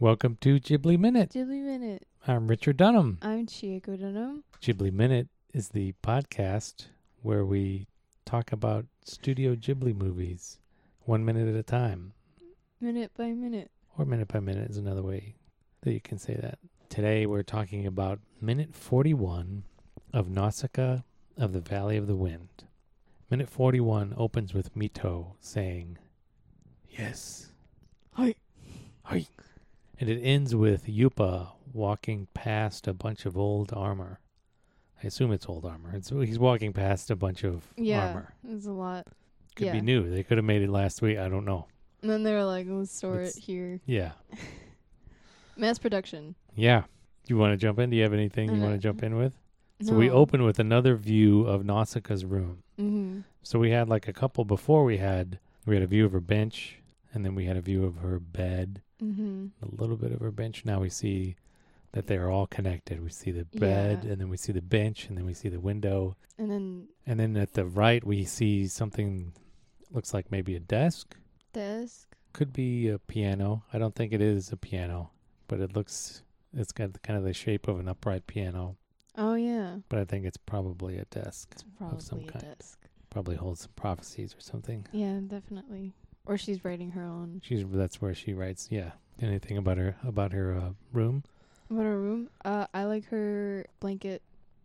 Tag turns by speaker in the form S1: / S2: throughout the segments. S1: Welcome to Ghibli Minute.
S2: Ghibli Minute.
S1: I'm Richard Dunham.
S2: I'm Chieko Dunham.
S1: Ghibli Minute is the podcast where we talk about Studio Ghibli movies one minute at a time,
S2: Minute by minute.
S1: or minute by minute is another way that you can say that. Today we're talking about minute 41 of Nausicaa of the Valley of the Wind. Minute 41 opens with Mito saying, Yes.
S2: Hi.
S1: Hi. And it ends with Yupa walking past a bunch of old armor. I assume it's old armor. It's, he's walking past a bunch of
S2: Yeah.
S1: armor.
S2: There's a lot.
S1: Could be
S2: Yeah.
S1: new. They could have made it last week. I don't know.
S2: And then they were like, let's store
S1: It's-
S2: it here.
S1: Yeah.
S2: Mass production.
S1: Yeah. Do you want to jump in? Do you have anything you want
S2: Uh,
S1: to jump in with? So we open with another view of Nausicaa's room.
S2: hmm
S1: So we had like a couple before we had we had a view of her bench and then we had a view of her bed,
S2: hmm
S1: a little bit of her bench. Now we see that they are all connected. We see the
S2: Yeah.
S1: bed and then we see the bench and then we see the window.
S2: And then
S1: And then at the right we see something looks like maybe a desk.
S2: desk.
S1: Could be a piano. I don't think it is a piano, but it looks it's got the- kind of the shape of an upright piano,
S2: Oh, yeah.
S1: but I think it's probably a desk.
S2: It's
S1: some
S2: probably a
S1: kind.
S2: desk.
S1: Probably holds some prophecies or something.
S2: Yeah, definitely. Or she's writing her own.
S1: She's that's where she writes. Yeah, anything about her about her uh, room.
S2: What her room? Uh, I like her blanket.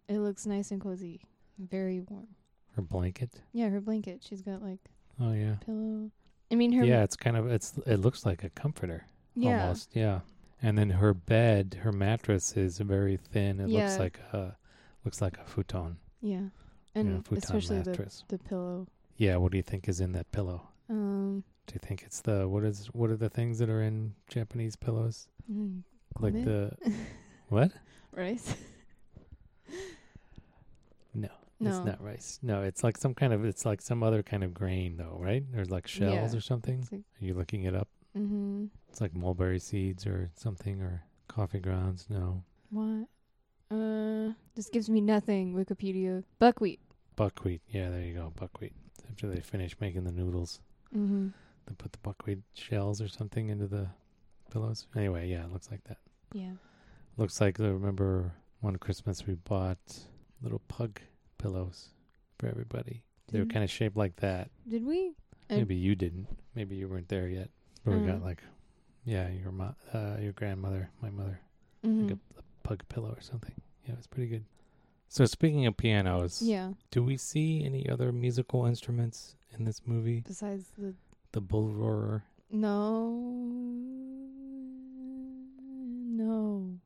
S2: It looks nice and cozy. Very warm.
S1: Her blanket.
S2: Yeah, her blanket. She's got like
S1: Oh yeah,
S2: pillow. I mean, her.
S1: yeah. It's kind of it's it looks like a comforter
S2: Yeah.
S1: almost. Yeah, and then her bed, her mattress is very thin. It
S2: Yeah.
S1: looks like a looks like a futon.
S2: Yeah.
S1: you know,
S2: And especially
S1: futon
S2: the,
S1: mattress.
S2: the pillow.
S1: Yeah. What do you think is in that pillow?
S2: Um,
S1: Do you think it's the what is what are the things that are in Japanese pillows?
S2: mm,
S1: Like
S2: Kome?
S1: the what?
S2: rice.
S1: No,
S2: No.
S1: It's not rice. No, it's like some kind of it's like some other kind of grain though, right? Or like shells
S2: Yeah.
S1: or something.
S2: It's like-
S1: Are you looking it up?
S2: Mm-hmm.
S1: It's like mulberry seeds or something or coffee grounds. No,
S2: What? Uh, this gives me nothing. Wikipedia. Buckwheat.
S1: buckwheat. Yeah, there you go, buckwheat. After they finish making the noodles,
S2: Mm-hmm.
S1: they put the buckwheat shells or something into the pillows. Anyway, yeah, it looks like that.
S2: Yeah.
S1: Looks like I remember one Christmas we bought little pug pillows for everybody. They were
S2: Didn't-
S1: kind of shaped like that.
S2: Did we? And-
S1: Maybe you didn't. Maybe you weren't there yet. But we got
S2: Mm.
S1: like, yeah, your mo- uh, your grandmother, my mother,
S2: Mm-hmm.
S1: like a, a pug pillow or something. Yeah, it was pretty good. So speaking of pianos,
S2: Yeah.
S1: do we see any other musical instruments in this movie?
S2: Besides the
S1: The bull roarer.
S2: no, no,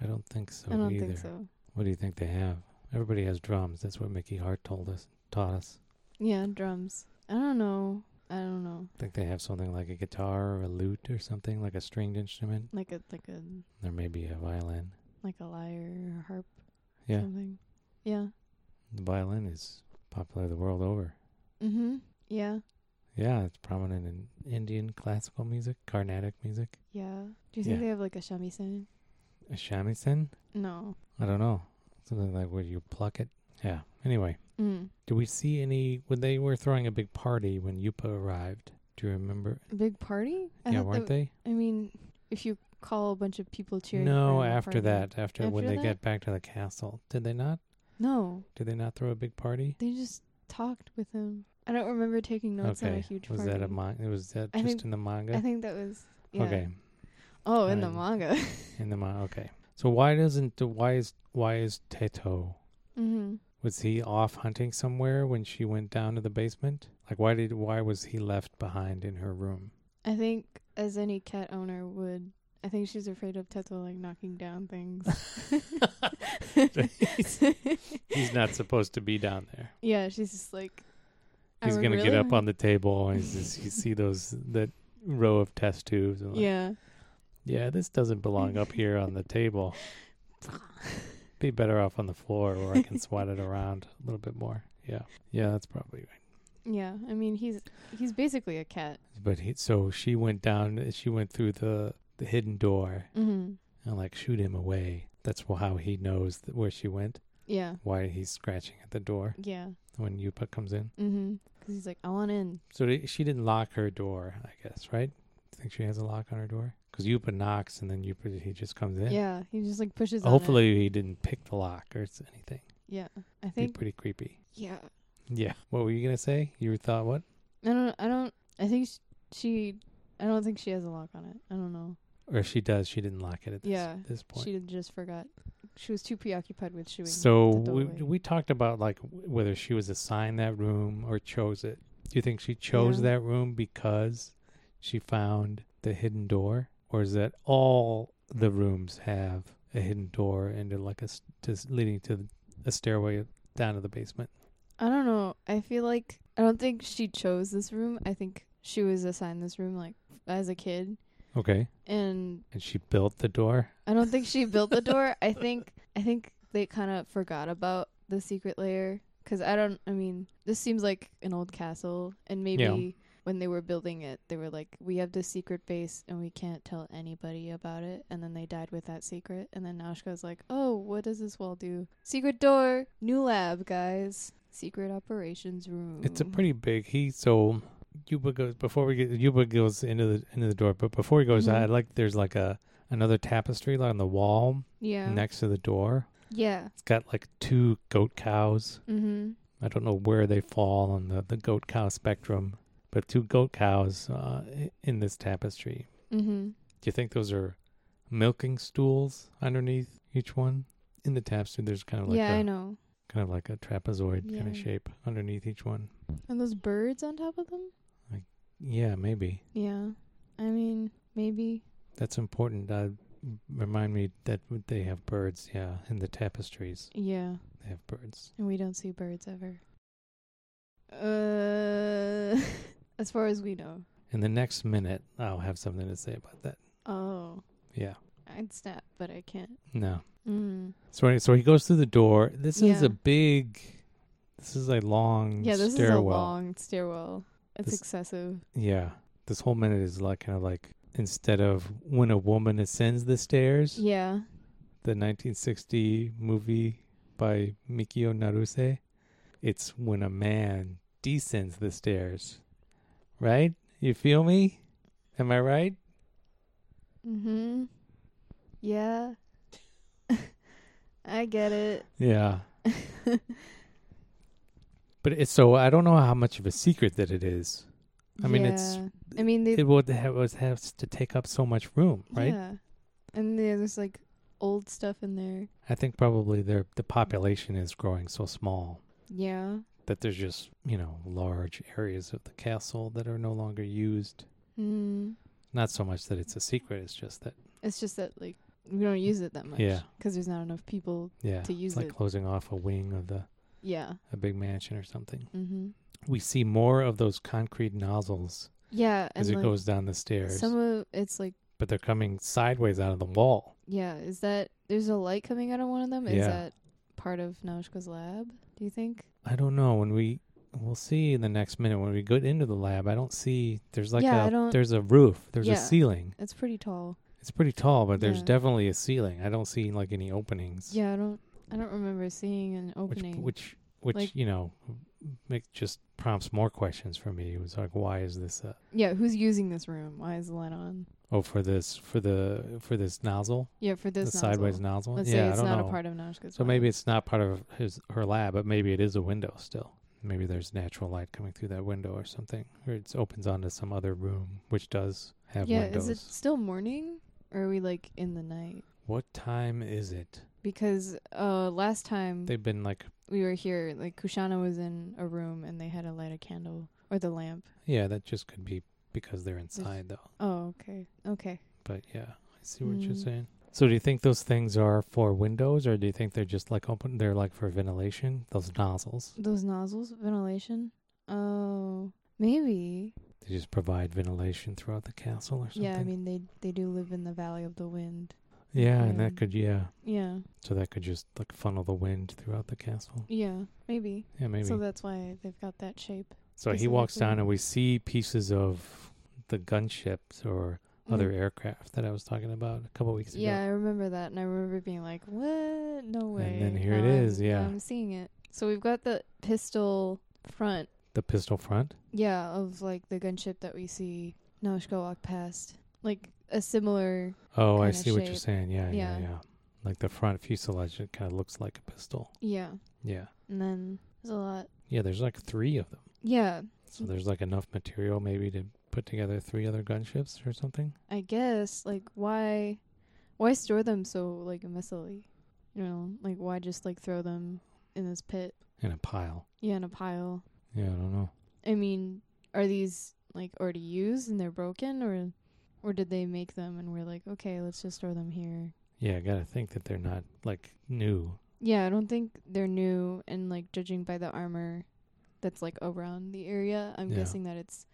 S1: I don't think so
S2: I don't
S1: Oh, either.
S2: think so.
S1: What do you think they have? Everybody has drums. That's what Mickey Hart told us, taught us.
S2: Yeah, drums. I don't know. I don't know.
S1: I think they have something like a guitar or a lute or something like a stringed instrument.
S2: Like a like a
S1: There may be a violin.
S2: like a lyre or a harp.
S1: Yeah.
S2: Something. Yeah.
S1: The violin is popular the world over.
S2: Mm-hmm. Yeah.
S1: Yeah, it's prominent in Indian classical music, Carnatic music,
S2: Yeah. Do you think
S1: Yeah.
S2: they have like a shamisen?
S1: a shamisen.
S2: No.
S1: I don't know. Something like where you pluck it. Yeah. Anyway,
S2: Mm.
S1: do we see any when they were throwing a big party when Yupa arrived? Do you remember?
S2: A big party? I
S1: yeah,
S2: thought
S1: weren't they?
S2: I mean, if you call a bunch of people cheering.
S1: No,
S2: for an
S1: after
S2: apartment-
S1: that, after, when
S2: After
S1: they
S2: that?
S1: get back to the castle, did they not?
S2: No,
S1: Did they not throw a big party?
S2: they just talked with him. I don't remember taking notes on a
S1: okay,
S2: huge
S1: was
S2: party.
S1: that a manga? Was that
S2: I
S1: just
S2: think-
S1: in the manga?
S2: I think that was. Yeah.
S1: Okay,
S2: Oh, in the
S1: I'm-
S2: manga.
S1: in the manga. Okay, so why doesn't why is why is Teto
S2: mm-hmm.
S1: Was he off hunting somewhere when she went down to the basement? Like why did why was he left behind in her room?
S2: I think, as any cat owner would, I think she's afraid of Tetsuo like knocking down things.
S1: he's, he's not supposed to be down there.
S2: yeah, she's just like. I
S1: He's
S2: would
S1: gonna get
S2: Oh, really
S1: up on the table and he's just, you see those that row of test tubes and like,
S2: Yeah.
S1: yeah, this doesn't belong up here on the table. Be better off on the floor where I can swat it around a little bit more. Yeah, yeah, that's probably right.
S2: Yeah, I mean he's he's basically a cat.
S1: But he, so she went down. She went through the the hidden door
S2: Mm-hmm.
S1: and like shoot him away. That's wh- how he knows th- where she went.
S2: Yeah.
S1: Why he's scratching at the door
S2: Yeah.
S1: when Yupa comes in.
S2: Mm-hmm. Because he's like, I want in.
S1: So they- she didn't lock her door, I guess, right? think she has a lock on her door? Because Yupa knocks and then Yupa he just comes in.
S2: Yeah, he just like pushes. on it.
S1: Hopefully he didn't pick the lock or it's anything.
S2: Yeah, I
S1: It'd be
S2: think.
S1: pretty creepy.
S2: Yeah,
S1: Yeah. What were you gonna say? You thought what?
S2: I don't. I don't. I think sh- she. I don't think she has a lock on it. I don't know.
S1: Or if she does, she didn't lock it at this,
S2: Yeah,
S1: this point.
S2: She did- just forgot. She was too preoccupied with shooting.
S1: So
S2: the
S1: we
S2: doorway.
S1: we talked about like w- whether she was assigned that room or chose it. Do you think she chose
S2: Yeah.
S1: that room because she found the hidden door, or is that all the rooms have a hidden door and they're like a s- just leading to a stairway down to the basement?
S2: I don't know. I feel like I don't think she chose this room. I think she was assigned this room like as a kid,
S1: Okay,
S2: and
S1: and she built the door.
S2: I don't think she built the door. I think I think they kind of forgot about the secret layer because I don't. I mean, this seems like an old castle, and maybe when they were building it, they were like, "We have this secret base, and we can't tell anybody about it." And then they died with that secret. And then Nashka's like, "Oh, what does this wall do? Secret door, new lab, guys. Secret operations room."
S1: It's a pretty big. He so Yuba goes before we get Yuba goes into the into the door, but before he goes
S2: Mhm.
S1: out, like there's like a another tapestry like on the wall
S2: yeah,
S1: next to the door.
S2: yeah.
S1: It's got like two goat cows.
S2: Mm-hmm.
S1: I don't know where they fall on the, the goat cow spectrum, but two goat cows uh, i- in this tapestry.
S2: Mm-hmm.
S1: Do you think those are milking stools underneath each one? In the tapestry, there's kind of like
S2: yeah,
S1: a
S2: I know.
S1: kind of like a trapezoid kind
S2: Yeah.
S1: of shape underneath each one.
S2: And those birds on top of them.
S1: Yeah, maybe
S2: Yeah, I mean, maybe.
S1: that's important. Uh, remind me that they have birds. Yeah, in the tapestries,
S2: Yeah,
S1: they have birds.
S2: and we don't see birds ever. Uh, as far as we know.
S1: In the next minute, I'll have something to say about that.
S2: Oh,
S1: Yeah,
S2: I'd snap, but I can't.
S1: no.
S2: Mm.
S1: So any- so he goes through the door. This is
S2: Yeah.
S1: a big. This is a long
S2: Yeah, this
S1: stairwell.
S2: is a long stairwell. It's
S1: This-
S2: excessive.
S1: Yeah, this whole minute is like kind of like instead of when a woman ascends the stairs,
S2: Yeah.
S1: the 1960 movie by Mikio Naruse, it's when a man descends the stairs. Right? You feel me? Am I right?
S2: Mm-hmm. Yeah. I get it.
S1: Yeah. But it's so I don't know how much of a secret that it is. I mean, it's-
S2: Yeah. I mean, they.
S1: It would have, it has to take up so much room, right?
S2: Yeah. And then there's like old stuff in there.
S1: I think probably their the population is growing so small
S2: Yeah.
S1: that there's just you know large areas of the castle that are no longer used.
S2: Mm.
S1: Not so much that it's a secret; it's just that
S2: It's just that like we don't use it that much.
S1: Yeah.
S2: Because there's not enough people.
S1: yeah,
S2: To use
S1: it's like
S2: it.
S1: closing off a wing of the
S2: Yeah.
S1: a big mansion or something.
S2: Mm-hmm.
S1: We see more of those concrete nozzles
S2: Yeah. And
S1: as it
S2: like,
S1: goes down the stairs,
S2: some of it's like
S1: but they're coming sideways out of the wall.
S2: yeah. Is that there's a light coming out of one of them? Is
S1: Yeah.
S2: that part of Naushka's lab? Do you think?
S1: I don't know when we we'll see in the next minute when we go into the lab. I don't see there's like
S2: Yeah, I
S1: a
S2: don't-
S1: there's a roof, there's a
S2: Yeah.
S1: ceiling.
S2: It's pretty tall.
S1: It's pretty tall, but there's
S2: Yeah.
S1: definitely a ceiling. I don't see like any openings.
S2: Yeah. I don't. I don't remember seeing an opening.
S1: Which which which
S2: Like-
S1: you know make just prompts more questions for me. It was like why is this uh
S2: yeah. Who's using this room? Why is the light on?
S1: oh for this for the for this nozzle?
S2: Yeah. For this
S1: the
S2: nozzle.
S1: sideways nozzle?
S2: Let's
S1: yeah,
S2: say it's
S1: I don't
S2: not
S1: know.
S2: a part of Naushka's.
S1: so
S2: lab.
S1: maybe it's not part of his her lab, but maybe it is a window still. Maybe there's natural light coming through that window or something. Or it opens onto some other room which does have
S2: Yeah.
S1: windows.
S2: Is it still morning? Or are we like in the night?
S1: What time is it?
S2: Because uh last time
S1: They've been like
S2: we were here, like Kushana was in a room and they had to light a candle or the lamp.
S1: yeah, that just could be because they're inside though.
S2: Oh, okay. Okay.
S1: But yeah, I see what you're
S2: Mm.
S1: saying. So do you think those things are for windows or do you think they're just like open they're like for ventilation, those nozzles?
S2: Those nozzles, ventilation. Oh, maybe.
S1: They just provide ventilation throughout the castle or something?
S2: Yeah, I mean they they do live in the valley of the wind.
S1: Yeah, and
S2: yeah.
S1: that could yeah.
S2: Yeah.
S1: So that could just like funnel the wind throughout the castle.
S2: Yeah, maybe.
S1: Yeah, maybe.
S2: So
S1: So,
S2: that's why they've got that shape.
S1: he
S2: specifically-
S1: walks down and we see pieces of the gunships or other
S2: Mm.
S1: aircraft that I was talking about a couple weeks
S2: Yeah,
S1: ago.
S2: I remember that and I remember being like, "What? No way."
S1: And then here it
S2: Now I'm-
S1: is, yeah.
S2: now I'm seeing it. So we've got the pistol front
S1: The pistol front.
S2: Yeah, of like the gunship that we see No, Shko walked past. Like a similar.
S1: Oh, I
S2: kinda
S1: see what you're
S2: shape.
S1: saying. Yeah, yeah, yeah,
S2: Yeah.
S1: Like the front fuselage, it kind of looks like a pistol.
S2: Yeah.
S1: Yeah,
S2: And then there's a lot.
S1: yeah. There's like three of them,
S2: Yeah,
S1: so there's like enough material maybe to put together three other gunships or something.
S2: I guess. Like, why. Why store them so, like, messily? You know, like, why just, like, throw them in this pit?
S1: In a pile.
S2: Yeah, in a pile.
S1: Yeah, I don't know.
S2: I mean, are these like already used and they're broken or or did they make them and we're like, okay, let's just store them here.
S1: Yeah, I gotta think that they're not like new.
S2: Yeah, I don't think they're new and like judging by the armor that's like around the area, I'm
S1: Yeah.
S2: guessing that it's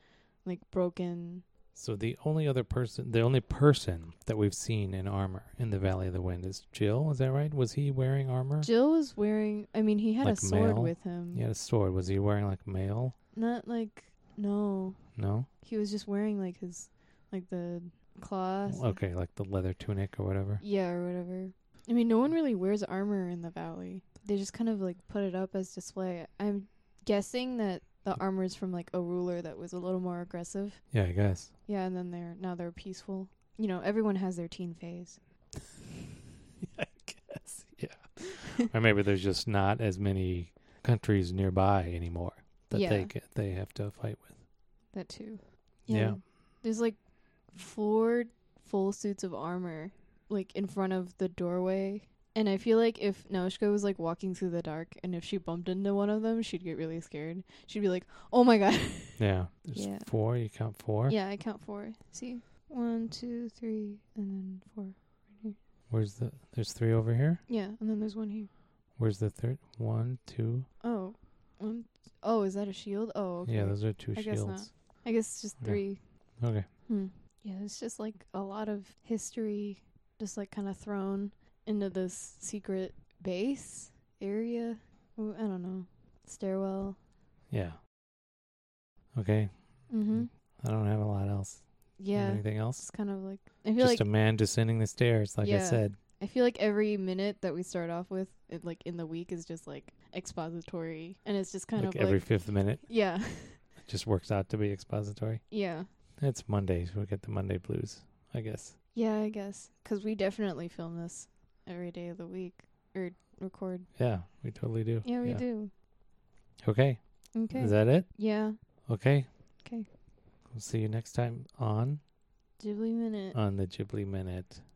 S2: like broken.
S1: So the only other person, the only person that we've seen in armor in the Valley of the Wind is Jill. Is that right? Was he wearing armor?
S2: Jill was wearing I mean, he had
S1: Like
S2: a sword
S1: mail?
S2: with him.
S1: He had a sword. Was he wearing like mail?
S2: Not like no.
S1: No.
S2: He was just wearing like his like the cloth.
S1: Okay, like the leather tunic or whatever.
S2: Yeah, or whatever. I mean, no one really wears armor in the valley. They just kind of like put it up as display. I'm guessing that the armor is from like a ruler that was a little more aggressive.
S1: Yeah, I guess.
S2: Yeah, and then they're now they're peaceful. You know, everyone has their teen phase.
S1: I guess, yeah. or maybe there's just not as many countries nearby anymore that they
S2: Yeah.
S1: ca- they have to fight with.
S2: That too.
S1: Yeah.
S2: There's like four full suits of armor like in front of the doorway. And I feel like if Naoshka was like walking through the dark and if she bumped into one of them, she'd get really scared. She'd be like, "Oh my god."
S1: Yeah, there's
S2: Yeah.
S1: four. You count four.
S2: Yeah, I count four. See, one, two, three, and then four.
S1: Where's the? There's three over here.
S2: Yeah, and then there's one here.
S1: Where's the third? One, two.
S2: Oh, one. Oh, is that a shield? Oh, okay.
S1: Yeah, those are two
S2: I guess
S1: shields.
S2: I guess it's just
S1: Yeah.
S2: three.
S1: Okay.
S2: Hmm. Yeah, it's just like a lot of history, just like kind of thrown into this secret base area. Ooh, I don't know, stairwell.
S1: Yeah. Okay. Hmm.
S2: Mm-hmm.
S1: I don't have a lot else. You have
S2: Yeah,
S1: Anything else?
S2: it's kind of like I feel
S1: Just
S2: like
S1: a man descending the stairs, like I
S2: Yeah.
S1: said.
S2: I feel like every minute that we start off with, it, like in the week, is just like expository, and it's just kind
S1: like
S2: of
S1: every
S2: like
S1: fifth minute,
S2: yeah,
S1: it just works out to be expository.
S2: yeah,
S1: It's Monday, so we get the Monday blues, I guess.
S2: yeah. I guess because we definitely film this every day of the week or record.
S1: Yeah, we totally do.
S2: Yeah, we do.
S1: Okay.
S2: Okay.
S1: Is that it?
S2: yeah.
S1: Okay.
S2: Okay.
S1: We'll see you next time on
S2: Ghibli minute.
S1: on the Ghibli Minute.